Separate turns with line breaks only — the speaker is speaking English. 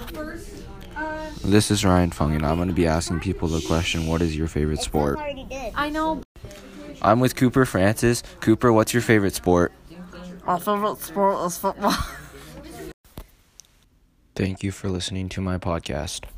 first. Uh,
This is Ryan Fung, and I'm going to be asking people the question what is your favorite sport?
already did.
I know.
I'm with Cooper Francis. Cooper, what's your favorite sport?
My favorite sport is football.
Thank you for listening to my podcast.